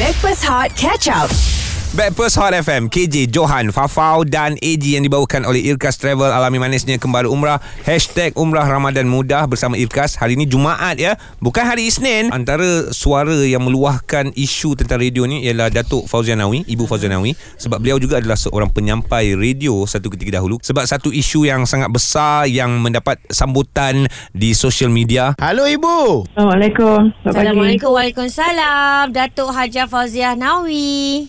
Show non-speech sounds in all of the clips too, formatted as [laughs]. Backpass Hot Catch Up. Backpast Hot FM KJ Johan Fafau dan AG yang dibawakan oleh Irkas Travel Alami manisnya kembali umrah Hashtag Umrah Ramadan Mudah bersama Irkas Hari ini Jumaat ya Bukan hari Isnin Antara suara yang meluahkan isu tentang radio ni Ialah Datuk Fauzianawi Ibu Fauzianawi Sebab beliau juga adalah seorang penyampai radio Satu ketika dahulu Sebab satu isu yang sangat besar Yang mendapat sambutan di social media Hello ibu. Assalamualaikum. Selamat pagi. Assalamualaikum Waalaikumsalam Datuk Haja Fauziah Nawi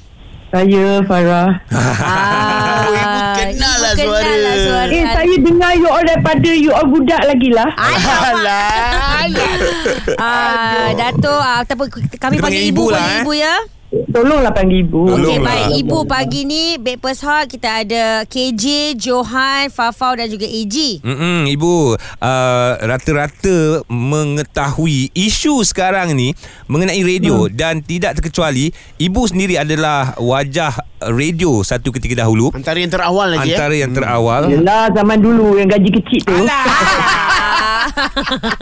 Saya Farah. ah, ibu kenal lah ibu suara. kenal lah suara Eh, saya dengar you all daripada you all budak lagi lah. Alah. [laughs] ah, Datuk ah, ataupun Kami Kita panggil panggil ibu ibu lah, Boleh eh. ibu ya Tolonglah panggil ibu. Okey Tolong. lah. baik Ibu pagi ni Breakfast Hot Kita ada KJ Johan Fafau dan juga [laughs] AG Mm-mm, Ibu uh, Rata-rata Mengetahui Isu sekarang ni Mengenai radio hmm. Dan tidak terkecuali Ibu sendiri adalah Wajah radio Satu ketika dahulu Antara yang terawal lagi Antara eh. yang terawal Yelah, zaman dulu yang gaji kecil tu. Ah. [laughs] Ya,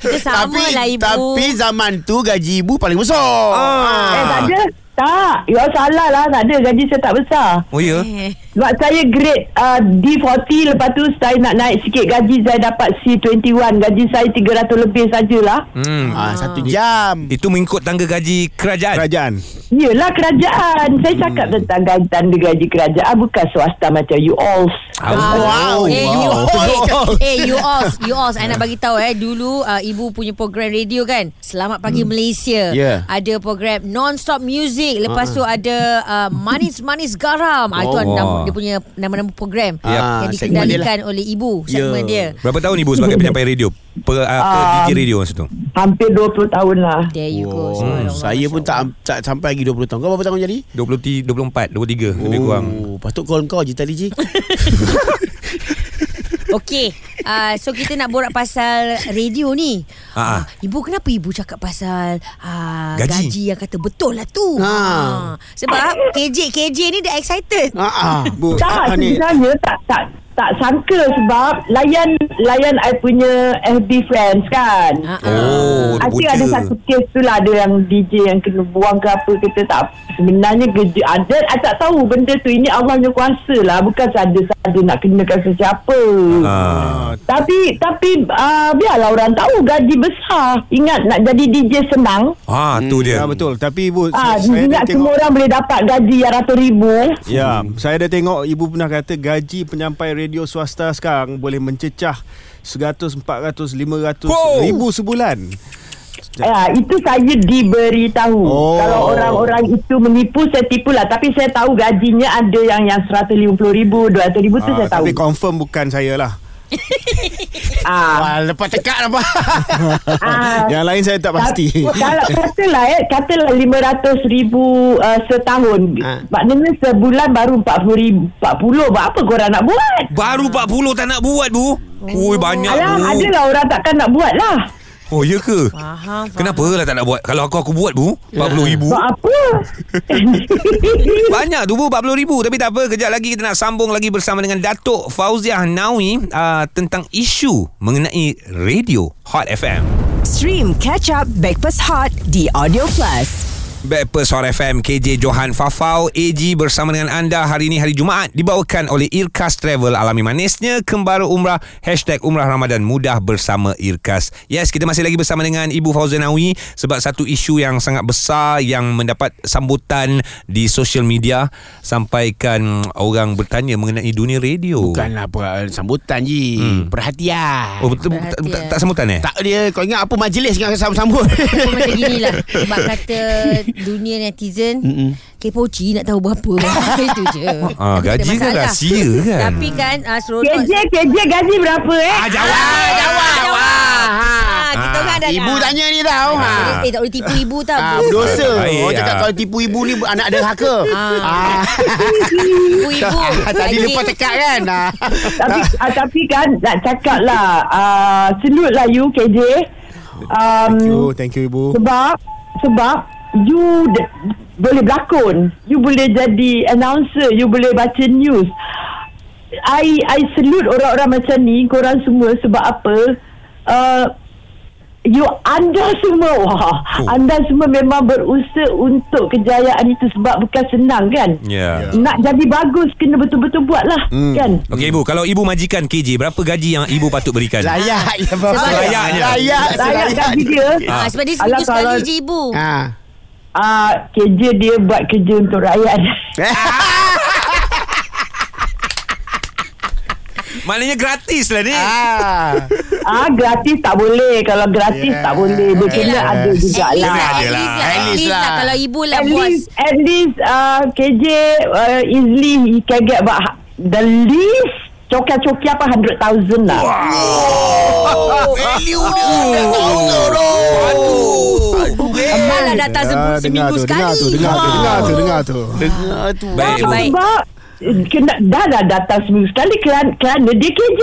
Kita sama tapi, lah ibu Tapi zaman tu gaji ibu paling besar. Ah. Eh, tak ada. Tak. You all salah lah. Tak ada. Gaji saya tak besar. Oh [laughs] ya Eh, Sebab saya grade uh, D40. Lepas tu saya nak naik sikit gaji. Saya dapat C21. Gaji saya 300 lebih sajalah. hmm. Ah, satu jam. Itu mengikut tangga gaji kerajaan Kerajaan. Yelah, kerajaan. Saya cakap hmm. tentang gaji, tanda gaji kerajaan. Bukan swasta macam you all. Ah, Wow. Eh, [laughs] you Wow. all, eh, you all, you all. Saya nak bagi tahu eh dulu uh, ibu punya program radio kan. Selamat pagi hmm. Malaysia. Yeah. Ah, Ada program non-stop music. Lepas tu ada uh, manis-manis garam. Ah, itu Oh. ada nama, dia punya nama-nama program Yep. ah, yang Ah, segmen dia dikendalikan oleh ibu segmen yeah. Yeah. dia. Berapa tahun Ibu sebagai penyampai radio Pe, uh, pe Ah. DJ radio masa tu Hampir 20 tahun lah. There you go. Hmm, Subhanallah, saya pun Masya Allah. tak tak sampai lagi 20 tahun. Kau berapa tahun jadi? 23, 24, 23 oh. Lebih kurang patut call kau je tadi [laughs] je. Okey. Uh, so kita nak borak pasal radio ni. Ah. Uh, ibu kenapa ibu cakap pasal uh, Gaji. gaji. gaji yang kata betul lah tu. Ah. Ah. Sebab KJ KJ ni dia excited. Ha ah. Bu, ah, Tak, ni. sebenarnya tak tak tak sangka sebab layan layan I punya FB friends kan. Ah, ah. Oh dia I think bocah. ada satu kes tu lah Ada yang DJ yang kena buang ke apa Kita tak Sebenarnya kerja ada I tak tahu benda tu Ini Allah punya kuasa lah Bukan sahaja-sahaja nak kenakan sesiapa Ah. Tapi Tapi uh, Biarlah orang tahu Gaji besar Ingat nak jadi DJ senang Ah tu dia Ya betul Tapi ibu saya, Ah, saya dah Ingat tengok semua orang boleh dapat Gaji yang ratus ribu eh. Ya Saya dah tengok Ibu pernah kata Gaji penyampai radio swasta sekarang Boleh mencecah 100, 400, 500 Wow. Ribu sebulan Ya, itu saya diberitahu. Oh. Oh. Kalau orang-orang itu menipu, saya tipu lah. Tapi saya tahu gajinya ada yang yang RM150,000, RM200,000 Ah, tu saya tahu. Ah, Tapi confirm bukan saya lah Ah, Wah, lepas tekak lah, apa? ah. [laughs] Yang lain saya tak pasti Tapi Kalau katalah eh, katalah RM500,000 uh, setahun. Ah. Maknanya sebulan baru RM40,000. 40 buat apa korang nak buat? Ah. Baru 40 tak nak buat bu Oh. Ui banyak Alah, bu adalah orang takkan nak buat lah. Oh ya ke Faham, faham. Kenapa lah tak nak buat Kalau aku aku buat bu 40 ribu Buat apa? [laughs] Banyak tu bu 40 ribu Tapi tak apa Kejap lagi kita nak sambung lagi Bersama dengan Datuk Fauziah Nawi uh, Tentang isu Mengenai radio Hot FM Stream Catch Up Backpass Hot di Audio Plus. Backpast Hot FM KJ Johan Fafau AG bersama dengan anda Hari ini hari Jumaat Dibawakan oleh Irkas Travel Alami manisnya Kembara Umrah Hashtag Umrah Ramadan Mudah bersama Irkas Yes kita masih lagi bersama dengan Ibu Fauzia Nawi Sebab satu isu yang sangat besar Yang mendapat sambutan Di social media Sampaikan orang bertanya Mengenai dunia radio Bukanlah apa, sambutan je. Hmm. Perhatian. Oh betul tak, tak, tak sambutan eh? Tak dia kau ingat apa majlis yang sambut-sambut. Kau macam gini lah Sebab kata Dunia netizen Kepoci nak tahu [laughs] berapa Itu je Ah, Tapi tak ada gaji kan masalah. rahsia kan? Tapi kan ah, Seronok KJ, KJ gaji berapa eh? Ah, jawab Jawab Jawab Ah, Kita kan ada Ibu ah. tanya ni tau. Ha. Eh, eh tak boleh tipu ibu tau Ah, berdosa. Baik, Orang cakap ah. kalau tipu ibu ni anak derhaka. Ah. Ibu-ibu [laughs] Tadi lepas tekak kan. Ah. tapi, uh, tapi kan nak cakap lah uh, Salute lah you KJ um, Thank you, thank you ibu Sebab Sebab You d- boleh berlakon You boleh jadi announcer You boleh baca news I I salute orang-orang macam ni Korang semua sebab apa uh, You anda semua wah, Oh. oh. anda semua memang berusaha untuk kejayaan itu sebab bukan senang kan. Ya. Nak jadi bagus kena betul-betul buatlah hmm. kan. Okey ibu, kalau ibu majikan KJ, berapa gaji yang ibu patut berikan? Layak ya bapa. Selayaknya. Layak Layak gaji selayaknya. dia. Ha. sebab dia Alah, seminggu sekali kalau- je ibu. Ha. Ah, kerja dia buat kerja untuk Eh? rakyat. Maknanya gratis lah ni. Ah. Ah gratis tak boleh. Kalau gratis Yeah. tak boleh. Dia kena Yelah. ada At jugalah. least, Ada at least lah. lah. At least lah. Kalau ibu lah At bos. least at least uh, KJ uh, easily he can get about hu- the least cokia-cokia apa 100,000 lah. Value dia. Dah tahu tu, bro. Aduh. Abang lah datang Ah, se- seminggu dengar sekali. tu, dengar tu, dengar tu, dengar tu. Dengar tu. Baik ibu. Baik. Sebab eh, kena, dah dah datang seminggu sekali kerana, kerana dia KJ.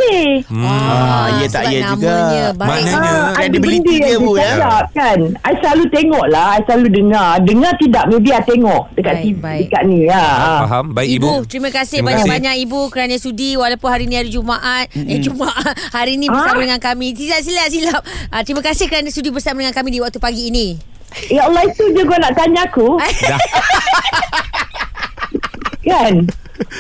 Hmm. Ah, ya sebab tak, ya juga. namanya baik. Maknanya- Ah, ada benda Credibility dia yang bu, ya? dia eh? cakap kan. I selalu tengok lah. I selalu dengar. Dengar tidak maybe I tengok dekat, Baik, baik, baik. dekat ni. Ya. Ah. Faham? Baik Ibu, ibu. terima kasih Terima kasih. banyak-banyak Ibu kerana sudi walaupun hari ni hari Jumaat. Mm-hmm. Eh Jumaat. [laughs] Hari ni bersama Ah? dengan kami. Tidak silap silap. Ah, terima kasih kerana sudi bersama dengan kami di waktu pagi ini. Ya Allah itu je kau nak tanya aku. Eh? [laughs] Dah. Kan?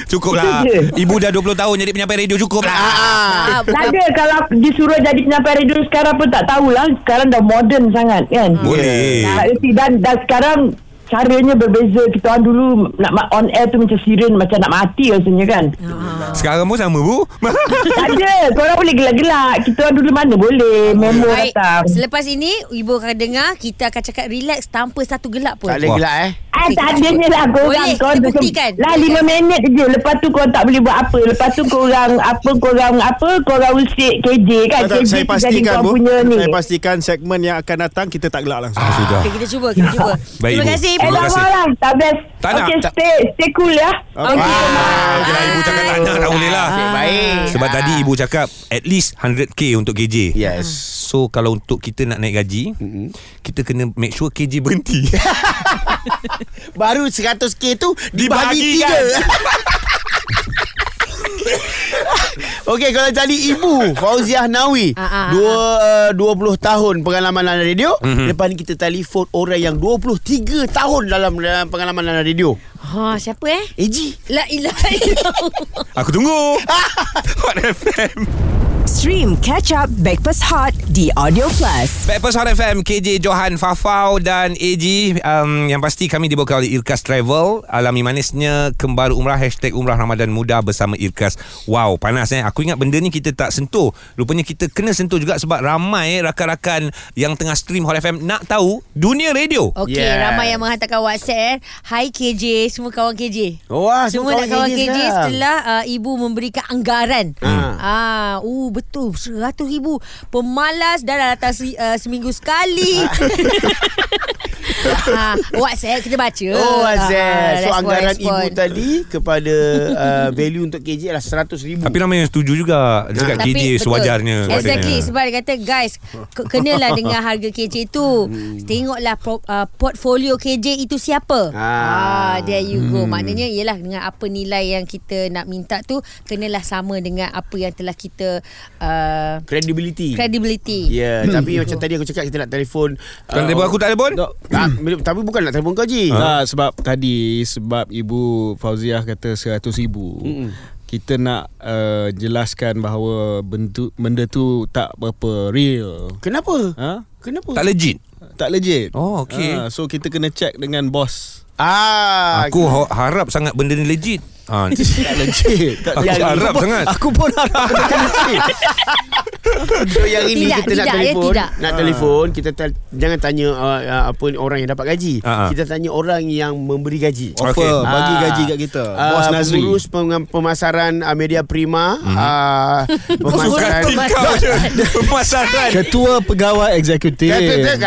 Cukup lah. Itu je. Ibu dah 20 tahun jadi penyampai radio cukup lah. Ah, Tak ada kalau disuruh jadi penyampai radio sekarang pun tak tahulah. Sekarang dah modern sangat kan. Hmm. Boleh. Tak erti. Dan, dan sekarang caranya berbeza. Kita orang dulu nak ma- on air tu macam siren macam nak mati rasanya kan. Hmm. Sekarang pun sama bu. tak ada. Korang boleh gelak-gelak. Kita orang dulu mana boleh. Memo Baik. datang. Selepas ini Ibu akan dengar Kita akan cakap relax Tanpa satu gelap pun Tak boleh Wah. gelak eh. Ah, tak adanya lah korang Boleh, korang kita duduk- buktikan. Lah lima minit je Lepas tu korang tak boleh buat apa Lepas tu korang Apa korang Apa korang usik KJ kan KJ Tak, tak, tu saya jadi pastikan korang Bu. punya ni Saya pastikan segmen yang akan datang kita tak gelak langsung. Ah, Sudah. okay, Kita cuba Kita cuba [laughs] Baik, Terima Ibu. kasih Eh, Ibu Terima tak kasih. malah. Tak best. Tak nak, okay, tak- stay, stay cool ya. Okay. Ah, yelah, ibu cakap tak nak dah boleh lah. Nasib baik. Sebab tadi ibu cakap at least 100k untuk KJ. Yes. So kalau untuk kita nak naik gaji, mm-hmm. kita kena make sure KJ berhenti. Ah. Baru 100k tu dibagi Dibahagikan. tiga. [laughs] Okey kalau tadi ibu Fauziah Nawi Ah, ah, dua uh, 20 tahun pengalaman dalam radio Mhm. mm-hmm. lepas ni kita telefon orang yang 23 tahun dalam, dalam pengalaman dalam radio ha, Siapa eh Eji La ilaha illallah Aku tunggu. Hot FM. Stream Catch Up Breakfast Hot di Audio Plus. Backpast Hot FM KJ Johan Fafau dan AG um, Yang pasti kami dibawa oleh Irkas Travel Alami manisnya Kembar Umrah Hashtag Umrah Ramadan Muda Bersama Irkas Wow panas eh Aku ingat benda ni kita tak sentuh Rupanya kita kena sentuh juga Sebab ramai rakan-rakan Yang tengah stream Hot FM Nak tahu Dunia radio Okey, Yes. ramai yang menghantarkan WhatsApp. eh. Hai KJ, semua kawan KJ. Wah Semua nak kawan KJ sekarang. setelah uh, ibu memberikan anggaran. Hmm. Ah, uh, betul 100 ribu. Pemalas dah dah datang se, uh, seminggu [laughs] sekali. ah, WhatsApp kita baca. Oh Azal So respon, anggaran Ah, respon. ibu tadi Kepada uh, value untuk KJ adalah 100 ribu Tapi ramai yang setuju juga Dia cakap KJ betul. sewajarnya Kan? Exactly katanya. Sebab dia kata Guys ke- Kenalah dengan harga KJ tu Tengoklah pro, uh, Portfolio KJ itu siapa ah. Ah. There you go Maknanya Ialah dengan apa nilai Yang kita nak minta tu Kenalah sama dengan Apa yang telah kita uh, Credibility Credibility Ya, yeah, tapi macam tadi aku cakap kita nak telefon. Kau uh, Kan nak telefon Kan aku, tak telefon? Tak, tak, ah, tapi bukan nak telefon kau je. Ah, sebab tadi sebab Ibu Fauziah kata 100 ribu. Mm-mm. Kita nak uh, jelaskan bahawa bentuk benda tu tak berapa real. Kenapa? Ha? Ha? Kenapa? Tak legit Tak legit. Oh, okey. Ah, so kita kena check dengan bos. ah, Aku ha- harap sangat benda ni legit [laughs] ha. tak legit. Tak Aku harap pun, sangat. Aku pun harap benda tu legit. So yang ini Tidak, kita tidak, nak ya, telefon, tidak. nak Ha. telefon, kita tel- jangan tanya uh, uh, apa ni, orang yang dapat gaji. Ah, ah. Kita tanya orang yang memberi gaji. Okey. Offer okay. Ha, Oh, bagi Ah. gaji kat kita. Ah, bos Nazri. Mhm. Pengurus peng- pemasaran uh, Media Prima. Mm-hmm. [laughs] Uh, pemasaran Kau je Pemasaran Ketua Pegawai Eksekutif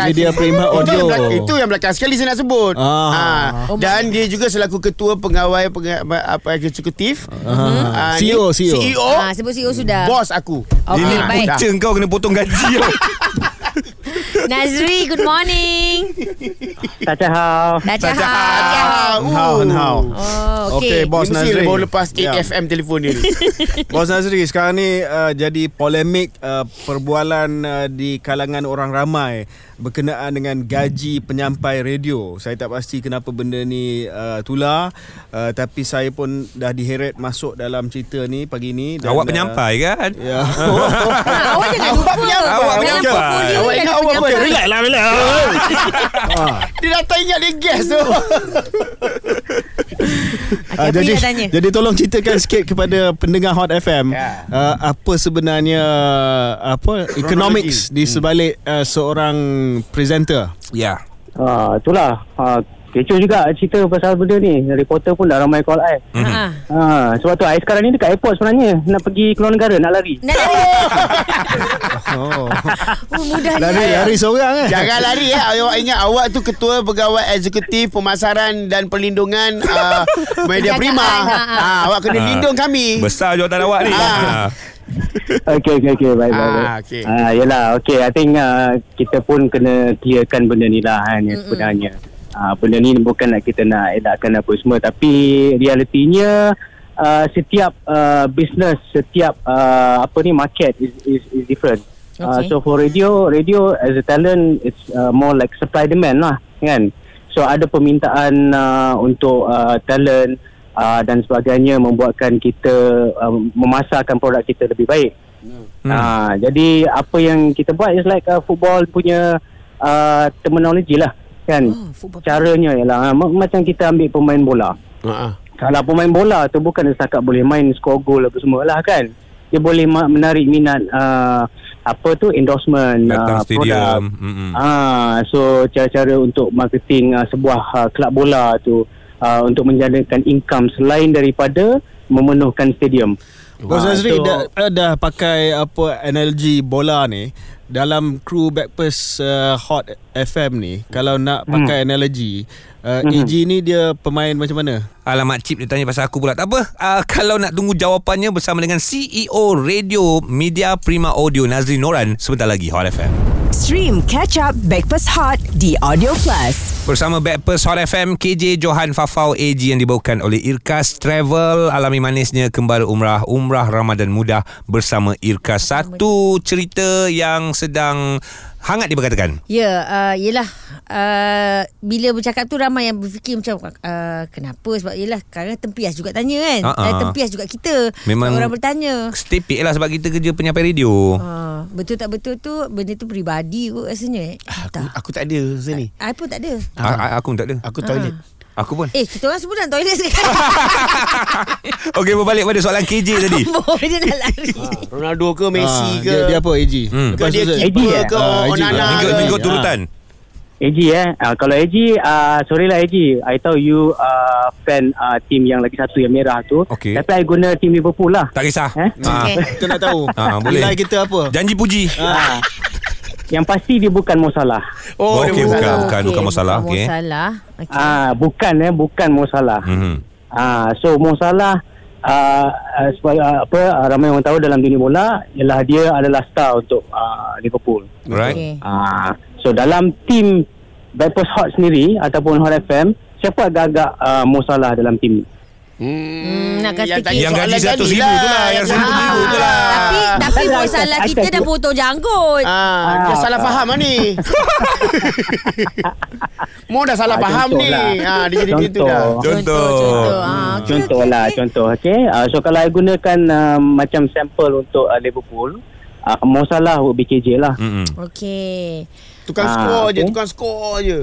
Media Prima Itu yang, Audio. belakang, itu yang belakang sekali saya nak sebut. Ah. Ah. Dan dia juga selaku ketua pegawai penga- apa eksekutif. Ah, ni- CEO, CEO. CEO. Ah, sebut CEO sudah Bos aku. Okey, Ini baik. [laughs] punca kau kena potong gaji tau Nazri, good morning. [laughs] Tachahau. Dah jahat. Ah, How and [laughs] how Oh, okay. Okay, Ini Bos mesti Nazri baru lepas 8 Ya. FM telefon [laughs] dia ni. Bos Nazri sekarang ni uh, jadi polemik uh, perbualan uh, di kalangan orang ramai berkenaan dengan gaji penyampai radio. Saya tak pasti kenapa benda ni uh, tular uh, tapi saya pun dah diheret masuk dalam cerita ni pagi ni Awak penyampai kan? Uh, ya. [laughs] [laughs] Ah, awak jangan lupa. Awak Dalam penyampai. portfolio Awak dan ingat awak apa? penyampai. Relax lah, relax. Ah. Dia datang ingat dia gas tu. Okay, apa Ah, jadi, yang nak tanya? jadi tolong ceritakan sikit kepada pendengar Hot FM Ya. uh, apa sebenarnya apa economics Hmm. di sebalik uh, seorang [laughs] presenter. Ya. Ha, itulah. Ha, kecoh juga cerita pasal benda ni. Reporter pun dah ramai call I. Ha. Ha, sebab tu I sekarang ni dekat airport sebenarnya. Nak pergi keluar negara, nak lari. Nak lari. [laughs] Oh. Oh, mudah ni. [laughs] lari lari seorang eh. Jangan lari ya. Awak ingat awak tu ketua pegawai eksekutif pemasaran dan perlindungan uh, media Penjagaan, prima. ha, ha. Ah, awak kena Ah. lindung kami. Besar jawatan awak ni. Ah. Ah. Okay, okay, okay. Baik, baik, Ah, baik. okay. Ah, yelah, okay. I think uh, kita pun kena clearkan benda ni lah kan, yang sebenarnya. Ah, benda ni bukan nak kita nak elakkan apa semua. Tapi realitinya, uh, setiap uh, business, setiap uh, apa ni market is, is, is different. Uh, Okay. so for radio, radio as a talent, it's uh, more like supply demand lah, kan? So ada permintaan uh, untuk uh, talent uh, dan sebagainya membuatkan kita uh, memasarkan produk kita lebih baik. Hmm. Uh, jadi apa yang kita buat is like uh, football punya uh, terminology lah, kan? Oh, football. Caranya ialah uh, macam kita ambil pemain bola. Ah, ah. Kalau pemain bola tu bukan setakat boleh main skor gol apa semua lah kan. Dia boleh ma- menarik minat uh, apa tu endorsement Datang uh, stadium. produk. Mm-mm. Ah, so cara-cara untuk marketing uh, sebuah uh, kelab bola tu uh, untuk menjadikan income selain daripada memenuhkan stadium. Bos Ah, Azri so- dah, dah, dah pakai apa analogi bola ni dalam kru Backpast uh, Hot FM ni kalau nak Hmm. pakai analogi uh, AG ni dia pemain macam mana? Alamak Cip dia tanya pasal aku pula Tak apa uh, [laughs] Kalau nak tunggu jawapannya Bersama dengan CEO Radio Media Prima Audio Nazri Noran Sebentar lagi Hot FM Stream Catch Up Backpass Hot di Audio Plus. Bersama Backpast Hot FM KJ Johan Fafau AG yang dibawakan oleh Irkas Travel Alami manisnya Kembali Umrah Umrah Ramadan Mudah Bersama Irkas Satu cerita yang sedang Hangat diperkatakan Ya, uh, yelah uh, Bila bercakap tu ramai yang berfikir macam uh, Kenapa? Sebab yelah kadang tempias juga tanya kan Ha, ha. uh-uh. Tempias juga kita Memang- Orang bertanya Stepik lah sebab kita kerja penyampai radio uh, Betul tak betul tu Benda tu peribadi kot rasanya eh. Ah, Aku, Tak aku tak ada masa ni. I pun tak ada A- a- Aku pun tak ada Aku toilet. Aku pun Eh kita orang semua dalam toilet sekarang Ah, Okey berbalik pada soalan KJ [laughs] tadi Bodoh dia nak lari Ronaldo ke Messi Ah, ke? dia, dia apa AG? Hmm. Kau dia tu, Zul? Eddie, keeper eh? ke Ah, Eddie. Onana Ah, ke? Minggu, minggu Ah. turutan AG eh. Uh, kalau AG, uh, sorry lah AG. I tahu you uh, fan uh, team yang lagi satu yang merah tu. Okey. Tapi I guna team Liverpool lah. Tak kisah Eh? Ah. Okay. Kita nak tahu. Ah, boleh. Nilai kita apa? Janji puji Ah. [laughs] Yang pasti dia bukan Mo Salah. Oh, okey, dia- bukan, Oh, bukan, bukan masalah. Bukan Okey. masalah okay. Ah, bukan eh, bukan Mo Salah. Mm-hmm. Ah, so Mo Salah ah, ah, sebab- ah, apa ah, ramai orang tahu dalam dunia bola ialah dia adalah star untuk ah, Liverpool. Right. Okey. Ah, so dalam tim Backpast Hot sendiri ataupun Hot FM, siapa agak-agak ah, Mo Salah dalam tim ni? Hmm, nak kata yang kita- Ah, tanya Yang gaji soalan RM100,000 tadi tu lah, yang tanya. RM100,000 tu lah. Tapi tapi Salah, masalah Aisyah. kita Aisyah, dah cuba. potong janggut Ah, dia Ah. salah faham lah [laughs] ni. Mo dah salah Ah, faham contoh ni. lah. Ah, dia jadi gitu Contoh. dah. Contoh. Hmm. Contoh, Ah, okey, Contoh okey, lah okey. Contoh okay? uh, So kalau I gunakan uh, Macam sampel untuk uh, Liverpool uh, Mo Salah would be KJ lah Mm-hmm. Okey. Tukang Ah, skor je, okey. tukang skor je.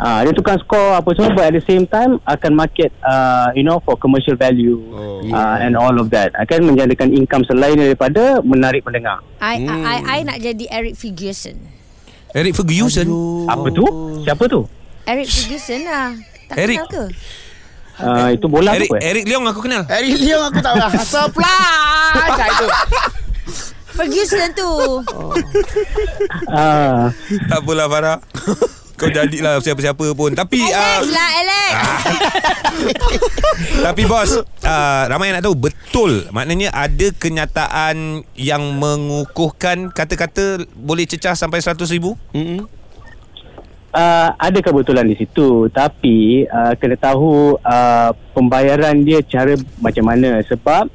uh, Dia tukang skor apa semua But at the same time Akan market uh, You know for commercial value Oh. oh, uh, And all of that Akan menjadikan income selain daripada Menarik pendengar I, I, I, Hmm. I nak jadi Eric Ferguson. Eric Ferguson. Apa tu? Siapa tu? Eric Ferguson lah. Tak Eric. kenal ke? Uh, itu bola Eric tu eh? Eric Leong aku kenal. Harry Leong aku tak faham. [laughs] [laughs] Surprise! Macam itu. Ferguson tu. Ah, tak apalah Farah. [laughs] Kau jadilah siapa-siapa pun. Tapi uh, Alex lah, Alex. Ah. tapi bos, uh, ramai yang nak tahu betul. Maknanya ada kenyataan yang mengukuhkan kata-kata boleh cecah sampai 100,000? Mm-mm. uh, ada kebetulan di situ tapi uh, kena tahu uh, pembayaran dia cara macam mana sebab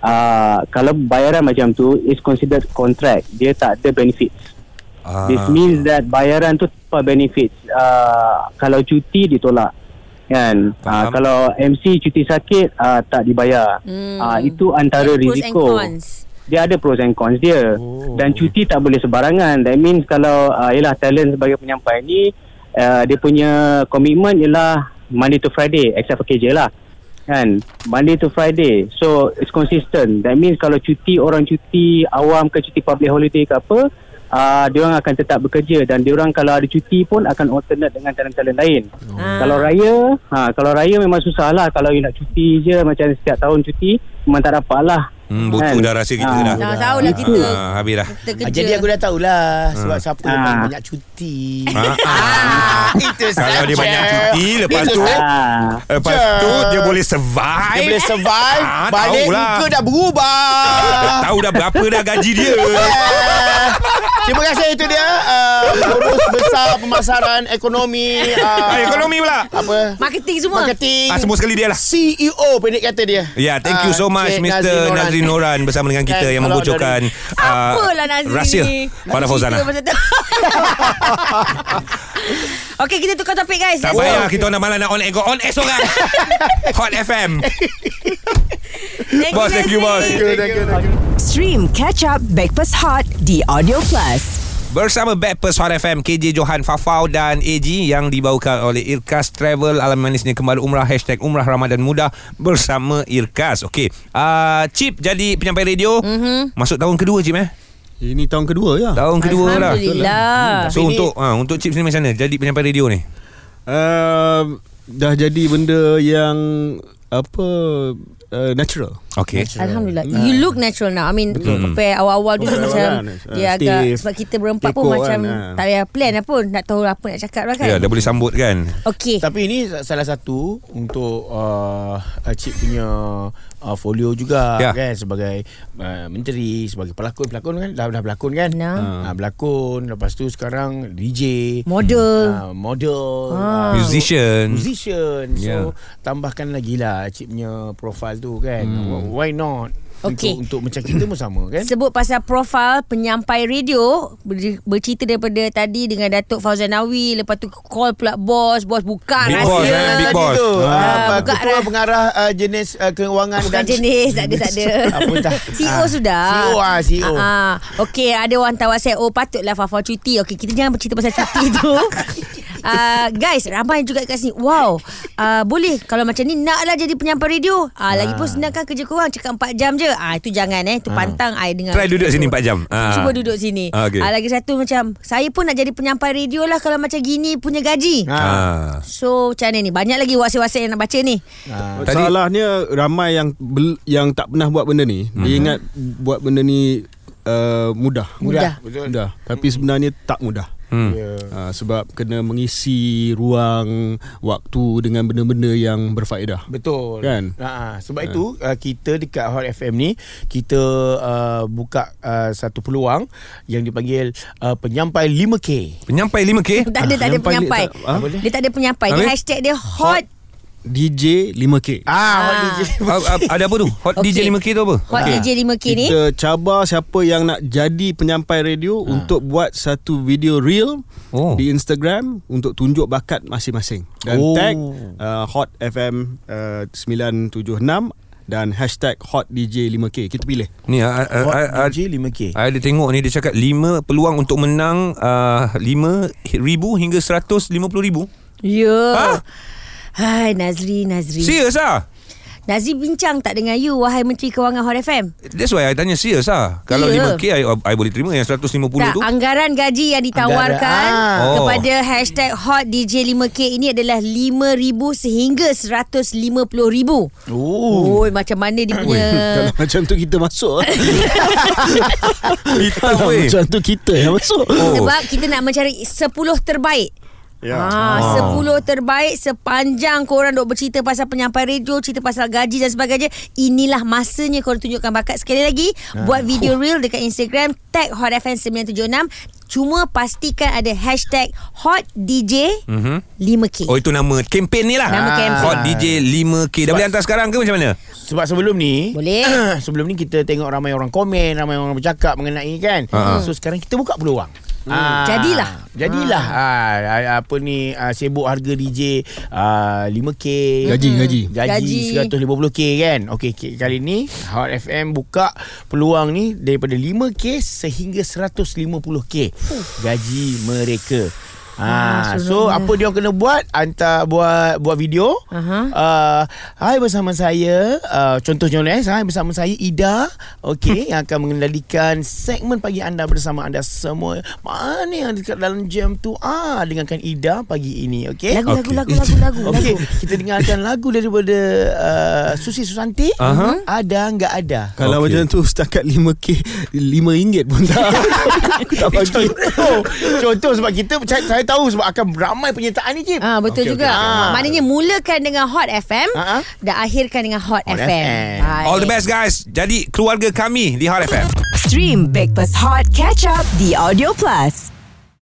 uh, kalau bayaran macam tu is considered contract dia tak ada benefits Ah. This means that bayaran tu tanpa benefits. Uh, kalau cuti ditolak. Kan? Faham. Uh, kalau MC cuti sakit uh, tak dibayar. Hmm. Hmm. Uh, itu antara Pros and risiko. cons. Dia ada pros and cons dia. Oh. Dan cuti tak boleh sembarangan. That means kalau uh, yalah talent sebagai penyampai ni uh, dia punya komitmen ialah Monday to Friday except for KJ lah. Kan? Monday to Friday. So it's consistent. That means kalau cuti orang cuti awam ke cuti public holiday ke apa uh, diorang akan tetap bekerja dan diorang kalau ada cuti pun akan alternate dengan talent-talent lain. Ah. Oh. Kalau raya, ha, kalau raya memang susah lah kalau you nak cuti je macam setiap tahun cuti memang tak dapat lah. Hmm, butuh Kan? dah rasa kita dah. Dah tahulah kita. lah. Ah, habis [laughs] dah. Kita Ah, kerja. Jadi aku dah tahulah Sebab siapa Ah. memang banyak cuti Ah, [laughs] Ah, Itu saja Kalau dia banyak cuti Lepas Itu tu saja. Lepas tu Dia boleh survive Dia boleh survive Ah, Balik tahulah. muka dah berubah Tahu dah berapa dah gaji [laughs] dia Ah, Terima kasih itu dia uh, Urus besar pemasaran ekonomi uh, ah, Ekonomi pula Apa Marketing semua. Marketing ah, Semua sekali dia lah CEO pendek kata dia Ya, yeah, thank you Ah, so much Encik Mr. Nazri Noran bersama dengan kita Dan yang Kan, kalau membocorkan ah, Apalah lah Nazri rahsia ni Farah Fauzana. Cerita pasal tu. [laughs] Okey kita tukar topik guys Tak Let's payah go. kita nak malam nak on air go on air [laughs] seorang. Hot FM. Thank Boss, thank you, Nazri. boss. Stream Catch Up Backpass Hot di Audio Plus. Bersama Backpers Hot FM KJ Johan Fafau dan AG Yang dibawakan oleh Irkas Travel Alam manisnya kembali umrah Hashtag umrah Ramadan muda Bersama Irkas Okey uh, Cip jadi penyampai radio mm-hmm. Masuk tahun kedua Cip eh Ini tahun kedua ya. Tahun kedua lah Alhamdulillah So untuk ha, untuk Cip ni macam mana Jadi penyampai radio ni Uh, dah jadi benda yang apa uh, natural. Okey Alhamdulillah You look natural now I mean Compare awal-awal dulu Betul. macam Betul. Dia Stiff. agak Sebab kita berempat pun Tekuk macam kan, ah. Tak payah plan lah pun Nak tahu apa nak cakap lah kan Ya dah boleh sambut kan Okey Tapi ini salah satu untuk uh, Cik punya uh, folio Ya. juga yeah. kan sebagai uh, menteri, sebagai pelakon, pelakon kan dah dah berlakon kan. Ya. Uh, berlakon, lepas tu sekarang DJ, Ah, Model uh, model, ah. Musician musician. Ya. So tambahkan lagi lah Cik punya profile tu kan. Hmm. Why not? Okey. Untuk, untuk macam kita pun sama kan. Sebut pasal profil penyampai radio ber- Bercerita daripada tadi Dengan Datuk Fauzanawi Lepas tu call pula bos Bos buka Big rahsia boss, eh, big boss. Itu Ah, ah, buka Ketua dah. pengarah uh, jenis uh, keuangan Bukan dan jenis Tak ada tak ada [laughs] Apa [laughs] tak CEO Ah, sudah CEO ah CEO Ah, ah. Okey ada orang hantar WhatsApp Oh patutlah Fafa cuti Okey kita jangan bercerita pasal cuti [laughs] tu Uh, guys ramai juga kat sini Wow uh, Boleh Kalau macam ni Naklah jadi penyampai radio uh, Lagipun senang kan kerja korang Cakap 4 jam je Ah Itu jangan eh Itu pantang I dengar Try duduk sini 4 jam Ah. Cuba duduk sini Ah, okey. okay. Lagi satu macam Saya pun nak jadi penyampai radio lah Kalau macam gini punya gaji Ah. So macam mana ni Banyak lagi whatsapp-whatsapp yang nak baca ni Tadi- ah, Tadi, Salahnya ramai yang bel, yang tak pernah buat benda ni. Mhm. Dia ingat buat benda ni uh, mudah. Mudah. Mudah. mudah. Tapi sebenarnya tak mudah. Hmm. ya. Uh, sebab kena mengisi ruang waktu dengan benda-benda yang berfaedah. Betul Kan? ha, Ah. Sebab itu uh, Kita dekat Hot FM ni Kita uh, Buka uh, Satu peluang Yang dipanggil uh, Penyampai 5K Penyampai 5K Tak ada, tak ada Penyampai dia penyampai. tak- ha? Dia tak ada penyampai. Dia Habis? hashtag dia hot. DJ Ah, 5K. ah. Hot Ah. DJ Ah, ah, Ada apa tu Hot Okey. DJ 5K tu apa Hot Okey. DJ 5K ni. Kita cabar siapa yang nak jadi penyampai radio untuk buat satu video reel Oh. di Instagram untuk tunjuk bakat masing-masing dan Oh. tag uh, Hot FM uh, 976 dan hashtag Hot DJ 5K. Kita pilih. Ni ah, ah, Hot ah, ah, DJ 5K I ada tengok ni dia cakap 5 peluang untuk menang uh, 5 ribu hingga 150 ribu. Ya. Ha? Hai Nazri, Nazri. Serius ah? Nazri bincang tak dengan you wahai Menteri Kewangan Hot FM? That's why I tanya serius ah. Kalau Ya. 5K I, I boleh terima yang 150 tak, tu. anggaran gaji yang ditawarkan Anggaran. Oh. kepada hashtag hot DJ 5K ini adalah 5,000 sehingga 150,000. Oh. Oi, macam mana dia punya [laughs] [laughs] Kalau macam tu kita [laughs] masuk. Hitam Kalau weh. macam tu kita yang masuk. Oh. Sebab kita nak mencari 10 terbaik Ya. Ah, sepuluh terbaik sepanjang korang duk bercerita pasal penyampai radio, cerita pasal gaji dan sebagainya. Inilah masanya korang tunjukkan bakat. Sekali lagi, buat video reel dekat Instagram, tag Hot FM 976. Cuma pastikan ada hashtag Hot DJ 5K. Oh itu nama kempen ni lah Nama kempen. Hot DJ 5K Dah boleh hantar sekarang ke macam mana? Sebab sebelum ni Boleh. [clears throat] Sebelum ni kita tengok ramai orang komen Ramai orang bercakap mengenai kan Ha. So sekarang kita buka peluang Hmm. Ah, Jadilah. Hmm. Jadilah ah. Apa ni ah, Sibuk harga DJ ah, 5K Gaji, gaji. Gaji, Hmm. Gaji. 150K kan Okey okay, kali ni Hot FM buka peluang ni Daripada 5K sehingga 150K Gaji mereka Ah, Ha, so apa dia orang kena buat hantar buat buat video. Aha. Uh-huh. Uh, hai bersama saya uh, contohnya eh hai bersama saya Ida okey [laughs] yang akan mengendalikan segmen pagi anda bersama anda semua. Mana yang dekat dalam jam tu ah dengarkan Ida pagi ini okey. Lagu, lagu, Okey. lagu, lagu, lagu, Okey, lagu. kita dengarkan lagu daripada uh, Susi Susanti. Aha. Ada enggak ada? Kalau Okey. okay. macam tu setakat 5K 5 ringgit pun [laughs] tak Aku tak bagi [laughs] Contoh, contoh sebab kita saya, saya tahu sebab akan ramai penyertaan ni Cip. Ah betul okay, Okey, juga. okey. Okay. Ah. Maknanya mulakan dengan Hot FM Ah, ah. dan akhirkan dengan Hot, Hot FM. FM. Baik. All the best guys Jadi keluarga kami di Hot FM Stream Breakfast Hot Catch Up The Audio Plus.